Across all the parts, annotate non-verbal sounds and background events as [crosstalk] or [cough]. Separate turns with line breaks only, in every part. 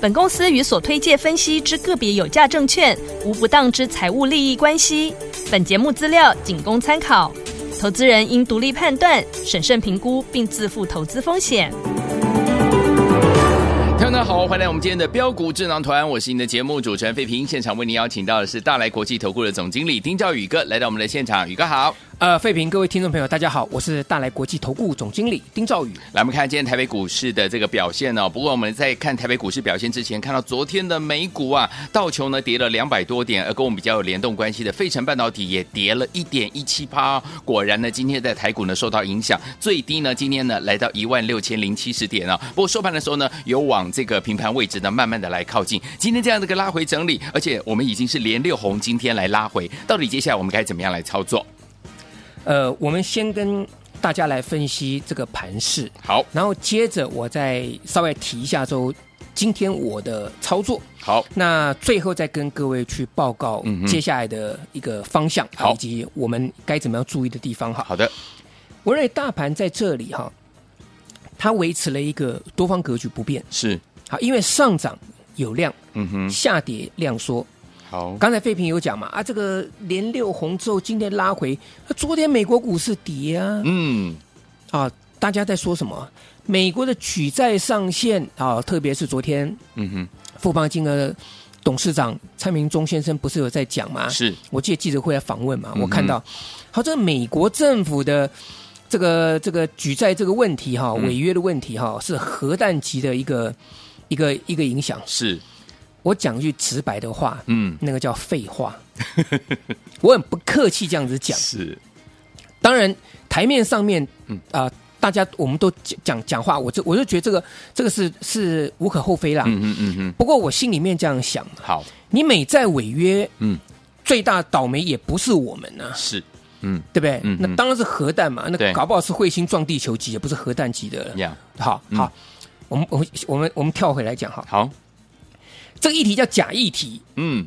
本公司与所推介分析之个别有价证券无不当之财务利益关系。本节目资料仅供参考，投资人应独立判断、审慎评估并自负投资风险。
听众大家好，欢迎来我们今天的标股智囊团，我是你的节目主持人费平。现场为您邀请到的是大来国际投顾的总经理丁兆宇哥来到我们的现场，宇哥好。
呃，费平，各位听众朋友，大家好，我是大来国际投顾总经理丁兆宇。
来，我们看今天台北股市的这个表现哦。不过我们在看台北股市表现之前，看到昨天的美股啊，道琼呢跌了两百多点，而跟我们比较有联动关系的费城半导体也跌了一点一七趴。哦果然呢，今天在台股呢受到影响，最低呢今天呢来到一万六千零七十点啊。不过收盘的时候呢，有往这个平盘位置呢慢慢的来靠近。今天这样的一个拉回整理，而且我们已经是连六红今天来拉回，到底接下来我们该怎么样来操作？
呃，我们先跟大家来分析这个盘势，
好，
然后接着我再稍微提一下周今天我的操作，
好，
那最后再跟各位去报告
嗯哼
接下来的一个方向，啊
好
以及我们该怎么样注意的地方哈。
好的，
我认为大盘在这里哈，它维持了一个多方格局不变，
是，
好，因为上涨有量，
嗯哼，
下跌量缩，
好，
刚才费平有讲嘛，啊，这个连六红之后，今天拉回，那昨天美国股市跌啊，
嗯，
啊，大家在说什么？美国的举债上限啊，特别是昨天
嗯哼。
富邦金的董事长蔡明忠先生不是有在讲吗？
是，
我记得记者会来访问嘛，
嗯哼
我看到，好，这个美国政府的这个这个举债这个问题哈、
嗯
违约的问题哈、是核弹级的一个一个一个影响。
是，
我讲句直白的话，
嗯，
那个叫废话。 [laughs] 我很不客气这样子讲。
是，
当然，台面上面，
嗯
嗯啊、大家我们都讲讲讲话，我这我就觉得这个这个是是无可厚非啦。
嗯嗯嗯嗯，
不过我心里面这样想，
好，
你美债违约，
嗯，
最大倒霉也不是我们啊，
是，嗯，
对不对？
嗯嗯
那当然是核弹嘛，
对
那搞不好是彗星撞地球级，也不是核弹级的了。
呀，
好
嗯
好，我们我们我们我们跳回来讲哈，
好，
这个议题叫假议题，
嗯，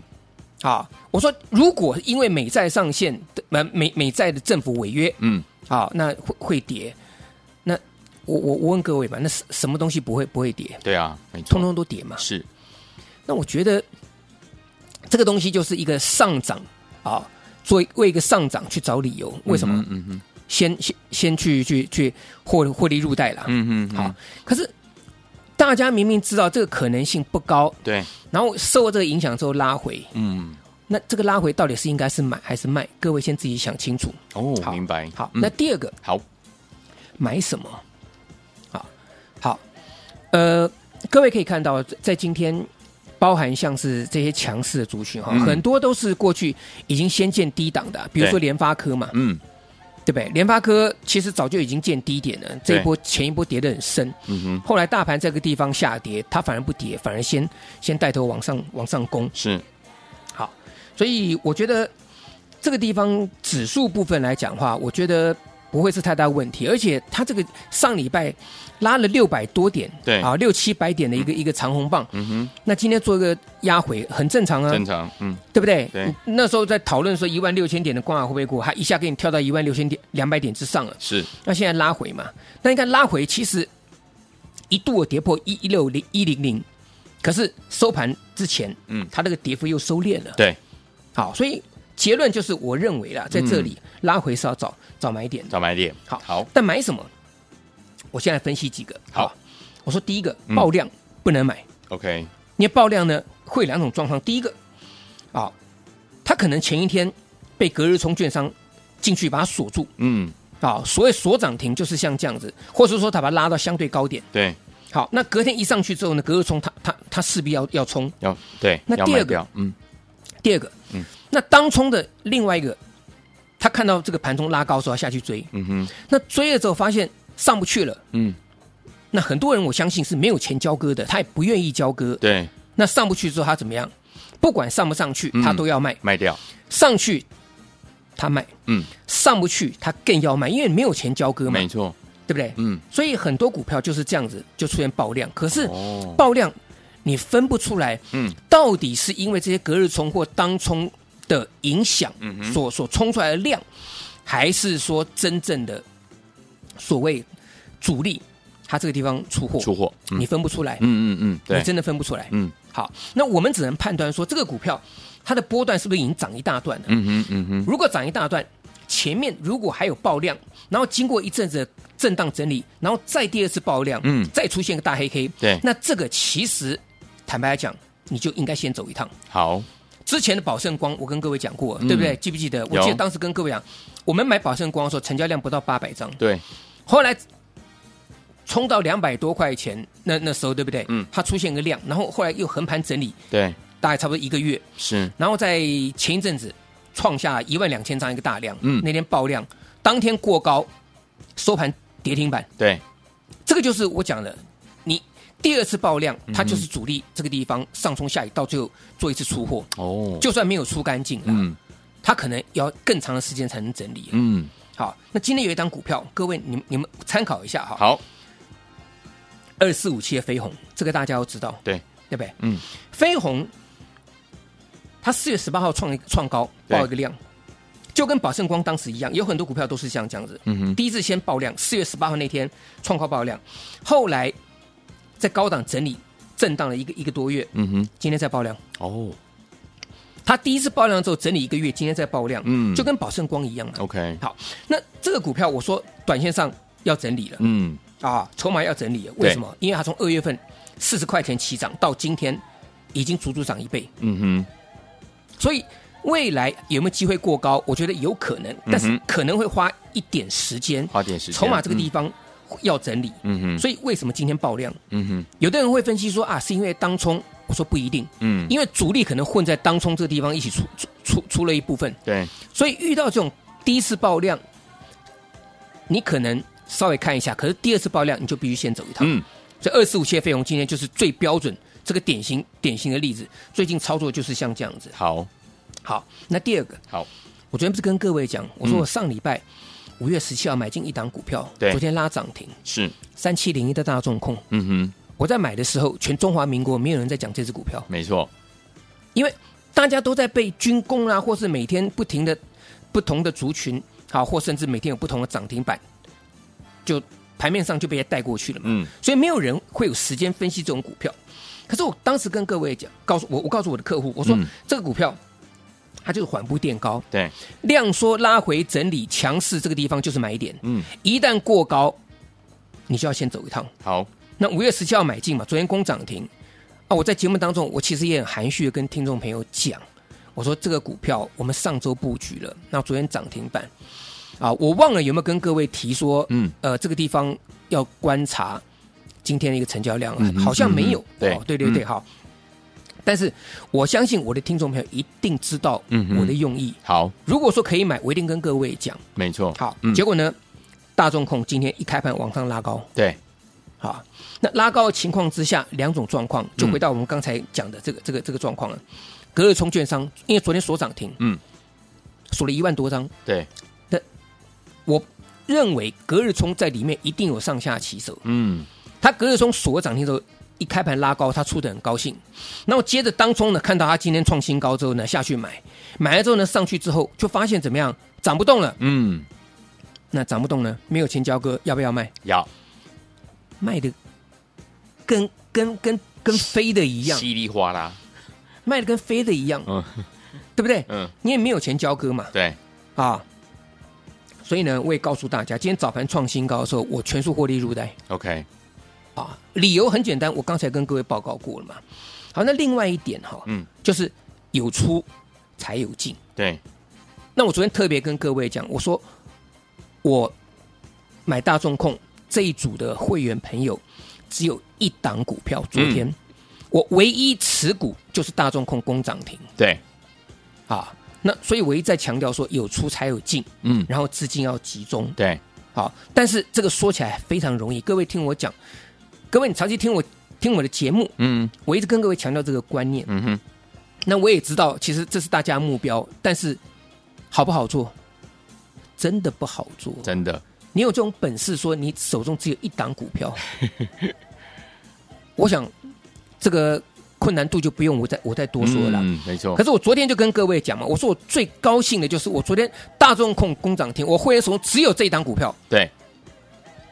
啊，我说如果因为美债上限，呃，美美债的政府违约
嗯，
啊，那会会跌。那我我我问各位嘛，那是什么东西不会不会跌？
对啊，没错，
通通都跌嘛。
是，
那我觉得这个东西就是一个上涨啊，做为一个上涨去找理由，为什么？
嗯哼，
先先先去去去获获利入袋啦。
嗯哼，
好
好，，
可是大家明明知道这个可能性不高，
对，
然后受这个影响之后拉回，
嗯，
那这个拉回到底是应该是买还是卖？各位先自己想清楚。
哦，
好
明白，
好，
嗯
那第二个
好，
买什么？好，好，呃，各位可以看到，在在今天包含像是这些强势的族群哈，
嗯
很多都是过去已经先见低档的，比如
对
说联发科嘛，
嗯，
对不对？联发科其实早就已经见低点了，这一波前一波跌得很深，
嗯哼，
后来大盘这个地方下跌，它反而不跌，反而先先带头往上往上攻。
是，
好，所以我觉得这个地方指数部分来讲的话，我觉得不会是太大问题，而且它这个上礼拜拉了六百多点，
对
啊，六七百点的一个、一个长红棒，
嗯哼，
那今天做一个压回很正常啊，
正常，嗯，
对不对？
对
嗯那时候在讨论说一万六千点的关卡会不会过，它一下给你跳到一万六千点两百点之上了，
是，
那现在拉回嘛，那你看拉回其实一度有跌破一一六零一零零，可是收盘之前，
嗯
它那个跌幅又收敛了。
对，
好，所以结论就是，我认为
嗯
啦，在这里拉回是要找找买点的。
找买点，
好，
好，
但买什么？我现在分析几个。
好
吧，我说第一个
嗯
爆量不能买，
，OK，
因为爆量呢会有两种状况。第一个，啊，它可能前一天被隔日冲券商进去把它锁住
嗯，
啊，所谓锁涨停就是像这样子，或者说它把它拉到相对高点。
对，
好，那隔天一上去之后呢，隔日冲它它它势必要要冲。
要，对，
那
要
第
卖
二个
掉，嗯，
第二个，
嗯
那当冲的另外一个，他看到这个盘中拉高的时候他下去追，
嗯哼，
那追了之后发现上不去了，
嗯，
那很多人我相信是没有钱交割的，他也不愿意交割。
对，
那上不去之后他怎么样？不管上不上去
嗯，
他都要卖；
卖掉，
上去他卖，
嗯，
上不去他更要卖，因为没有钱交割嘛
没，错，
对不对？
嗯，
所以很多股票就是这样子就出现爆量，可是
哦
爆量你分不出来，
嗯，
到底是因为这些隔日冲或当冲的影响
嗯哼
所所冲出来的量，还是说真正的所谓主力他这个地方出货，
出货，嗯
你分不出来，
嗯嗯嗯，
你
对，
真的分不出来。
嗯
好，那我们只能判断说这个股票它的波段是不是已经涨一大段了？
嗯哼嗯哼，
如果涨一大段，前面如果还有爆量，然后经过一阵子的震荡整理，然后再第二次爆量，
嗯
再出现个大黑 K，
对
那这个其实坦白来讲，你就应该先走一趟。
好，
之前的宝盛光，我跟各位讲过，
嗯
对不对？记不记得？我记得当时跟各位讲，我们买宝盛光的时候，成交量不到八百张，
对，
后来冲到两百多块钱，那那时候对不对？
嗯
它出现个量，然后后来又横盘整理，
对，
大概差不多一个月，
是，
然后在前一阵子创下一万两千张一个大量，
嗯
那天爆量，当天过高，收盘跌停板，
对，
这个就是我讲的，你第二次爆量，它
嗯哼
就是主力这个地方上冲下移，到最后做一次出货，
哦，
就算没有出干净啦，
嗯
它可能要更长的时间才能整理。
嗯，
好，那今天有一档股票，各位你们你们参考一下哈，
好，
二四五七的飞鸿，这个大家都知道，
对，
对不对？
嗯，
飞鸿，它四月十八号创一创高，
对
爆一个量，就跟宝盛光当时一样，有很多股票都是像这样子。
嗯哼，
第一次先爆量，四月十八号那天创高爆量，后来在高档整理震荡了一个一个多月，
嗯哼，
今天再爆量。
哦
它第一次爆量之后整理一个月，今天再爆量，
嗯哦
就跟宝盛光一样嘛。
，OK，
好，那这个股票我说短线上要整理了，
嗯，
啊，筹码要整理了，为什么？因为它从二月份四十块钱起涨到今天，已经足足涨一倍，
嗯
所以未来有没有机会过高？我觉得有可能，但
嗯
是
哼
可能会花一点时间
哼，，花点时间，嗯
筹码这个地方要整理。
嗯，嗯哼，
所以为什么今天爆量？
嗯哼，
有的人会分析说啊，是因为当冲，我说不一定，
嗯，
因为主力可能混在当冲这个地方一起出出出出了一部分，
嗯对，
所以遇到这种第一次爆量，你可能稍微看一下，可是第二次爆量你就必须先走一趟。
嗯，
所以二四五七的费用今天就是最标准这个典型典型的例子。最近操作就是像这样子。
好，
好，那第二个，
好，
我昨天不是跟各位讲，我说我上礼拜五月十七号买进一档股票，
对
昨天拉涨停
是，
三七零一的大众控。
嗯
我在买的时候，全中华民国没有人在讲这只股票
哼，，没错，
因为大家都在被军工啦、或是每天不停的不同的族群，好，或甚至每天有不同的涨停板，就盘面上就被它带过去了嘛。
嗯，
所以没有人会有时间分析这种股票。可是我当时跟各位讲，告诉我，我告诉我的客户，我说、
嗯
这个股票它就是缓步垫高，
对，
量缩拉回整理强势这个地方就是买点，
嗯，
一旦过高，你就要先走一趟。
好，
那五月十七号买进嘛，昨天攻涨停啊，我在节目当中我其实也很含蓄的跟听众朋友讲，我说这个股票我们上周布局了，那昨天涨停板啊，我忘了有没有跟各位提说，
嗯，
呃，这个地方要观察今天的一个成交量，啊
嗯哼
好像没有。
嗯哼对
哦对对对，
嗯
好。但是我相信我的听众朋友一定知道
嗯哼
我的用意。
好，
如果说可以买，我一定跟各位讲。
没错，
好，
嗯
结，果呢，大众控今天一开盘往上拉高，
对，
好，那拉高的情况之下，两种状况就回到我们刚才讲的这个、这个这个状况了。隔日冲券商，因为昨天锁涨停，
嗯，
锁了一万多张，
对，
我认为隔日冲在里面一定有上下起手。
嗯，
它隔日冲锁涨停之后，一开盘拉高，它出的很高兴。然后接着当中呢，看到它今天创新高之后呢，下去买，买了之后呢，上去之后就发现怎么样，涨不动了。
嗯，
那涨不动呢，没有钱交割，要不要卖？
要
卖的跟跟跟跟飞的一样，
稀里哗啦，
卖的跟飞的一样，
嗯
对不对？
嗯，
你也没有钱交割嘛，
对，
啊。所以呢，我也告诉大家，今天早盘创新高的时候，我全数获利入袋
OK，
啊。理由很简单，我刚才跟各位报告过了嘛。好，那另外一点哈、
嗯，
就是有出才有进。
对，
那我昨天特别跟各位讲，我说我买大众控这一组的会员朋友只有一档股票，昨天、
嗯
我唯一持股就是大众控攻涨停
对，
啊。那所以我一再强调说，有出才有进，
嗯，
然后资金要集中。
对，
好，但是这个说起来非常容易，各位听我讲，各位你长期听我听我的节目，
嗯
我一直跟各位强调这个观念，
嗯哼，
那我也知道，其实这是大家目标，但是好不好做，真的不好做。
真的，
你有这种本事说你手中只有一档股票，我想这个困难度就不用我再我再多说了。
嗯，没错
可，是我昨天就跟各位讲嘛，我说我最高兴的就是我昨天大众控工涨停，我会员手中只有这一档股票。
对，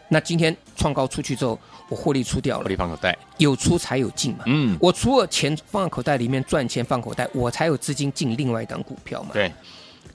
那今天创高出去之后，我获利出掉
我
了
地，放口袋，
有出才有进嘛。
嗯，
我除了钱放在口袋里面赚钱放口袋，我才有资金进另外一档股票嘛。
对，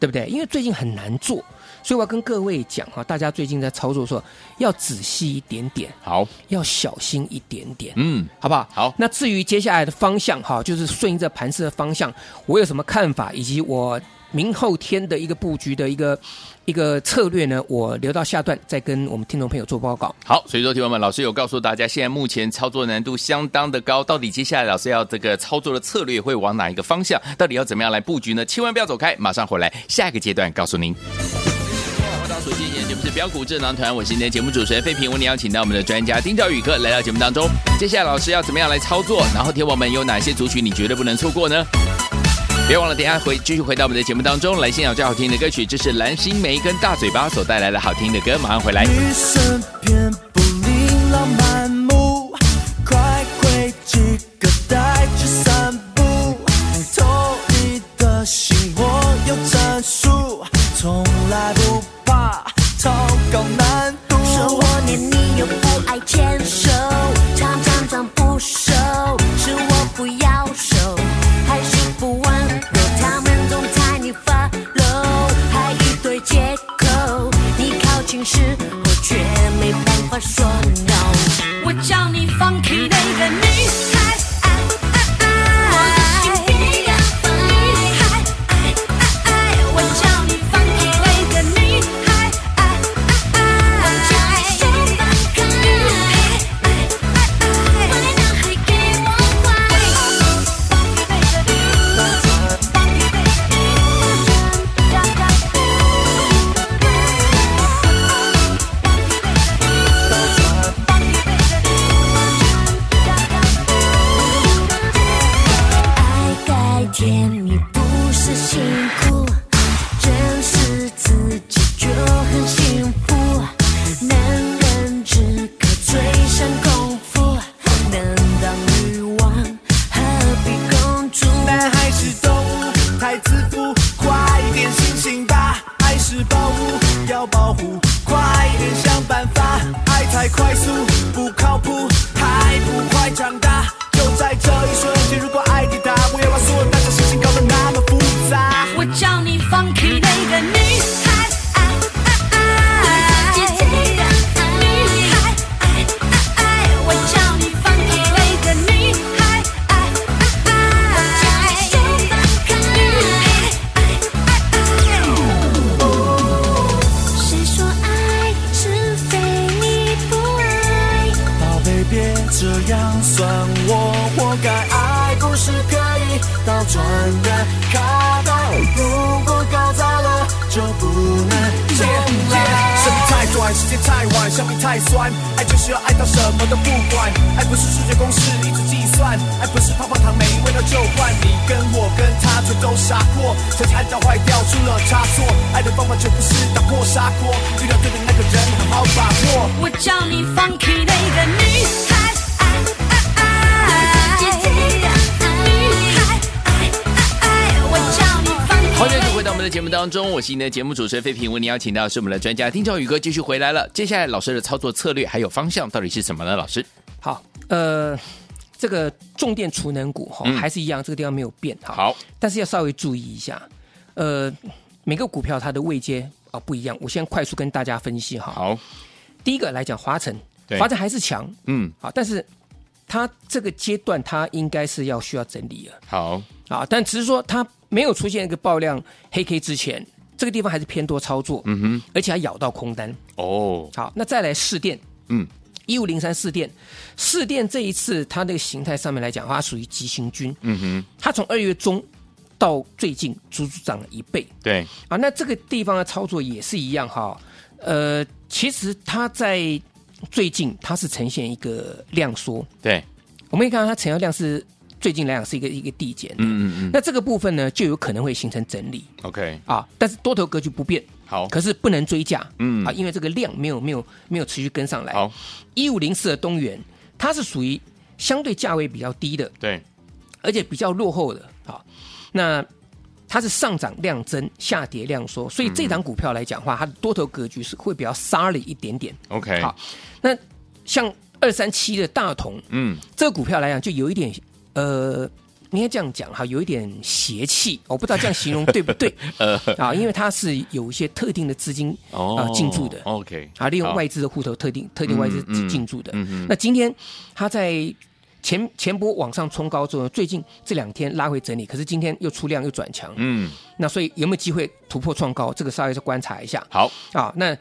对不对？因为最近很难做，所以我要跟各位讲啊哈，大家最近在操作的时候要仔细一点点，
好，
要小心一点点，
嗯，
好不好？
好
那至于接下来的方向哈，就是顺应着盘势的方向，我有什么看法，以及我明后天的一个布局的一个一个策略呢？我留到下段再跟我们听众朋友做报告。
好，所以说，听友们，老师有告诉大家，现在目前操作难度相当的高，到底接下来老师要这个操作的策略会往哪一个方向？到底要怎么样来布局呢？千万不要走开，马上回来，下一个阶段告诉您。欢迎回到所进行的节目是标股智囊团，我是今天的节目主持人费平，为你邀请到我们的专家丁兆宇哥来到节目当中。接下来老师要怎么样来操作？然后铁友们有哪些族群你绝对不能错过呢？别忘了，等一下回继续回到我们的节目当中来欣赏最好听的歌曲，这是蓝心湄跟大嘴巴所带来的好听的歌，马上回来。
雨伞偏不琳琅满目，快快几个带去散步。投你的心，我有战术，从来不怕超高难度。
说我黏你又不爱牵手，常常装不熟，是我不要手，还是不温柔，他们总猜你发漏，还一堆借口，你靠近时候却没办法说 no，我叫你放弃那个女孩。我叫你放开那个女孩，我叫你先放开，快拿海给我玩。爱该甜蜜不是辛苦，认识自己就很幸福。男人只靠嘴上功夫，能当女王何必公主？
男孩是动物，太自负，快点醒醒吧！爱是宝物，要保护，快点想办法。爱太快速，不靠谱，还不快长大！就在这一瞬间，如果爱抵达，我要把所有大小事情搞得那么复杂。
我叫你放弃那个女孩，你自己的女孩，我叫你放弃那个女孩，我叫你先放开。谁说爱是非你不爱？
宝贝，别这样算我活该。爱不是可以倒转的卡带，如果搞砸了就不能重来。生命太短，时间太晚，相比太酸。爱就是要爱到什么都不管，爱不是数学公式一直计算，爱不是泡泡糖没味道就换。你跟我跟他全都傻过，曾经爱到坏掉出了差错，爱的方法就不是打破砂锅，遇到对的那个人好好把握。
我叫你放弃那个女孩，啊你自己的女孩，啊我叫你放弃。
欢迎再次回到我们的节目当中，我是您的节目主持人费平。为您邀请到的是我们的专家丁兆宇哥继续回来了。接下来老师的操作策略还有方向到底是什么呢？老师，
好，呃，这个重电储能股哈、
嗯
还是一样，这个地方没有变哈。
好，
但是要稍微注意一下，呃，每个股票它的位阶啊不一样，我先快速跟大家分析哈。
好，
第一个来讲华晨
对，
华晨还是强，
嗯，
好，但是它这个阶段它应该是要需要整理了
好，
啊，但只是说它没有出现一个爆量黑 K 之前，这个地方还是偏多操作，嗯哼，而且还咬到空单。
哦，
好，那再来试电，
嗯，
一五零三试电，试电这一次它那个形态上面来讲，它属于急行军，
嗯哼，
它从二月中到最近足足涨了一倍
对，
啊。那这个地方的操作也是一样哈，呃，其实它在最近它是呈现一个量缩，
对，
我们可以看到它成交量是最近来讲是一个一个递减的。
嗯嗯嗯
那这个部分呢，就有可能会形成整理
，OK，
啊，但是多头格局不变，
好，
可是不能追价，
嗯
啊，因为这个量没有没有没有持续跟上来。
好，
一五零四的东元，它是属于相对价位比较低的，
对，
而且比较落后的啊。那它是上涨量增，下跌量缩，所以这档股票来讲话，它的多头格局是会比较 sorry 一点点。
OK，
好，那像二三七的大同
嗯，
这个股票来讲，就有一点呃。应该这样讲哈，有一点邪气，我不知道这样形容对不对？
[laughs] 呃哦
啊，因为它是有一些特定的资金啊进驻的
，OK，
啊，利用
好
外资的户头特定特定外资
嗯嗯
进驻的。
嗯哼
那今天它在前前波往上冲高之后，最近这两天拉回整理，可是今天又出量又转强，
嗯，
那所以有没有机会突破创高？这个稍微再观察一下
好，
啊。那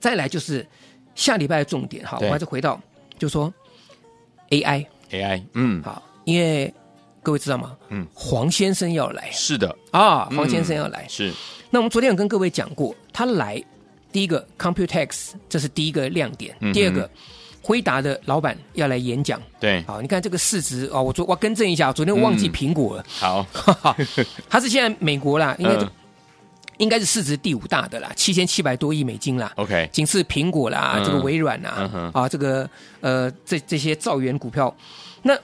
再来就是下礼拜的重点哈，
对
我还是回到就说 AI
AI，嗯，
好，因为各位知道吗？
嗯，
黄先生要来
是的，
啊，
嗯
黄先生要来，
是，
那我们昨天有跟各位讲过，他来第一个 Computex，这是第一个亮点。
嗯哼
第二个，辉达的老板要来演讲。
对，
好，你看这个市值哦，我昨我要更正一下，我昨天忘记
嗯
苹果了，
好，
哈哈，它是现在美国啦，应该、
嗯
应该是市值第五大的啦，七千七百多亿美金啦。
[laughs] ，OK，
仅次苹果啦，
嗯
这个微软
嗯
啦，
哼
啊，这个呃，这这些造元股票，那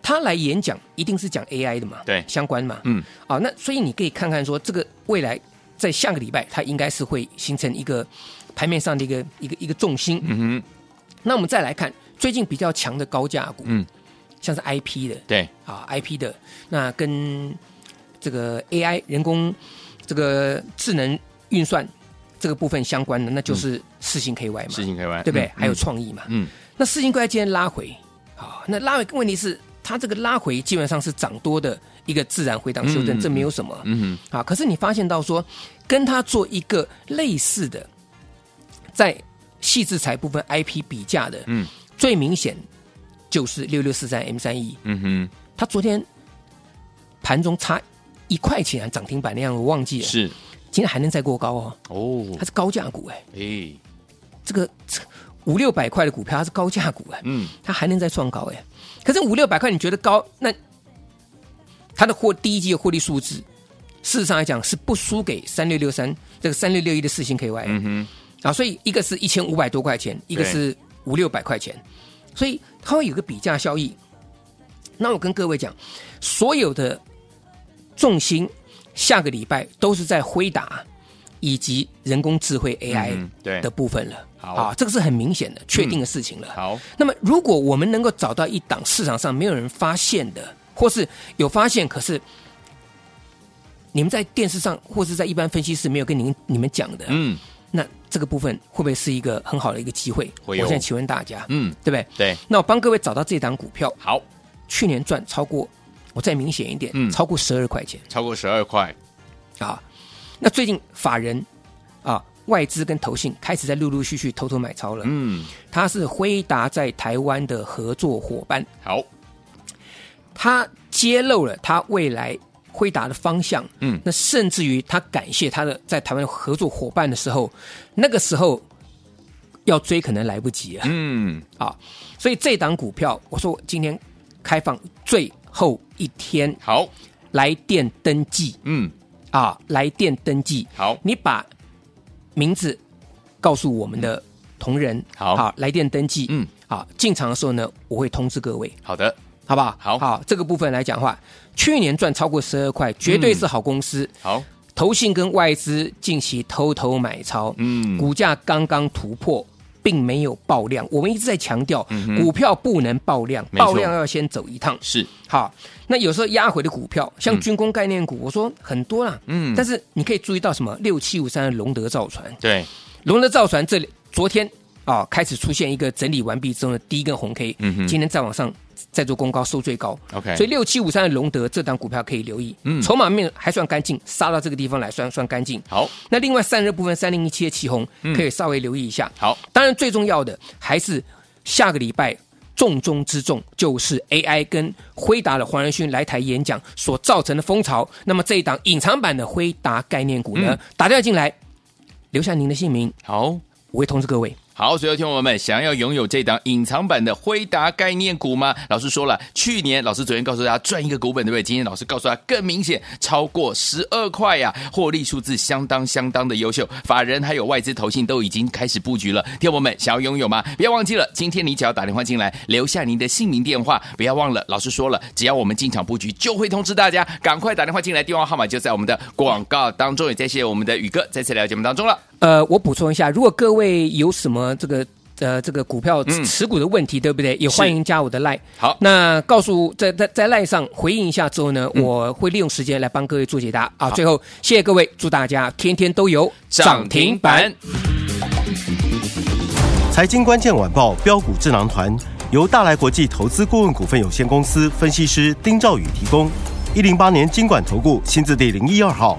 他来演讲一定是讲 AI 的嘛，
对
相关嘛，
嗯，
啊，那所以你可以看看说，这个未来在下个礼拜，它应该是会形成一个盘面上的一个一个一个重心。
嗯哼，
那我们再来看最近比较强的高价股，
嗯，
像是 IP 的
对，
啊，IP 的那跟这个 AI 人工这个智能运算这个部分相关的，那
嗯
就是四星 KY 嘛，
事情可以玩，
对不对？
嗯
还有，创意嘛。
嗯，
那四星 KY 今天拉回，啊，那拉回问题是它这个拉回基本上是涨多的一个自然回档修正，
嗯
这没有什么。
嗯
啊，可是你发现到说，跟它做一个类似的，在细制裁部分 IP 比价的，
嗯，
最明显就是六六四三 M 三 E，
嗯嗯
它昨天盘中差一块钱啊还涨停板那样，我忘记
哼，
了，
是，
今天还能再过高哦，
哦，
它是高价股哎、
诶，
这个这五六百块的股票它是高价股哎、
嗯，
它还能再创高哎、可是五六百块你觉得高，那它的获第一季的获利数字，事实上来讲是不输给三六六三这个三六六一的四星 KY，、
嗯哼，
啊，所以一个是一千五百多块钱，一个是五六百块钱，所以它会有个比价效益。那我跟各位讲，所有的重心下个礼拜都是在辉达以及人工智慧 AI、
嗯哼对
的部分了。
好嗯
啊，这个是很明显的、确定的事情了。
好，
那么，如果我们能够找到一档市场上没有人发现的，或是有发现，可是你们在电视上或是在一般分析师没有跟您你们讲的，
嗯
那这个部分会不会是一个很好的一个机会？
会
我
哦
现在请问大家，
嗯，
对不对？
对，
那我帮各位找到这档股票，
好，
去年赚超过，我再明显一点，
嗯
超过十二块钱
超过十二块，
啊。那最近法人啊、外资跟投信开始在陆陆续续偷偷买超了。
嗯，
它是辉达在台湾的合作伙伴，
好，
他揭露了他未来辉达的方向。
嗯
那甚至于他感谢他的在台湾的合作伙伴的时候，那个时候要追可能来不及了。
嗯，
啊，所以这档股票，我说我今天开放最后一天，
好，
来电登记
嗯，
啊，来电登记，
好，
你把名字告诉我们的同仁，
好
来电登记，
嗯，
好，进场的时候呢，我会通知各位，
好的，
好不好？
好
好，这个部分来讲的话，去年赚超过十二块，绝对
嗯
是好公司，
好，
投信跟外资近期偷偷买超，
嗯
股价刚刚突破，并没有爆量。我们一直在强调，股票不能爆量，
嗯没错
爆量要先走一趟。
是，
好，那有时候压回的股票，像军工概念股，我说很多啦，
嗯
但是你可以注意到什么？六七五三的龙德造船，
对，
龙德造船这里昨天啊、开始出现一个整理完毕之后的第一根红 K，
嗯哼
今天再往上再做攻高收最高
OK
所以六七五三的龙德这档股票可以留意，
嗯
筹码面还算干净，杀到这个地方来算算干净。
好，嗯
那另外散热部分三零一七的旗红可以稍微留意一下，
好，
当然最重要的还是下个礼拜。重中之重就是 AI 跟辉达的黄仁勋来台演讲所造成的风潮。那么这一档隐藏版的辉达概念股呢，
嗯
打电话进来，留下您的姓名，
好，
我会通知各位。
好，所有听众朋友们，想要拥有这档隐藏版的辉达概念股吗？老师说了，去年老师昨天告诉大家赚一个股本，对不对？今天老师告诉他更明显，超过十二块呀、获利数字相当相当的优秀。法人还有外资投信都已经开始布局了，听众朋友们想要拥有吗？不要忘记了，今天你只要打电话进来，留下您的姓名电话，不要忘了，老师说了，只要我们进场布局，就会通知大家，赶快打电话进来，电话号码就在我们的广告当中。也再谢谢我们的宇哥再次来到节目当中了。
呃，我补充一下，如果各位有什么这个呃这个股票持持股的问题，对不对？也
嗯是
欢迎加我的 line。
好
那告诉在在在 line 上回应一下之后呢，
嗯
我会利用时间来帮各位做解答啊。最后，谢谢各位，祝大家天天都有
涨停板。
财经关键晚报标股智囊团由大来国际投资顾问股份有限公司分析师丁兆宇提供。一零八年经管投顾新字第零一二号。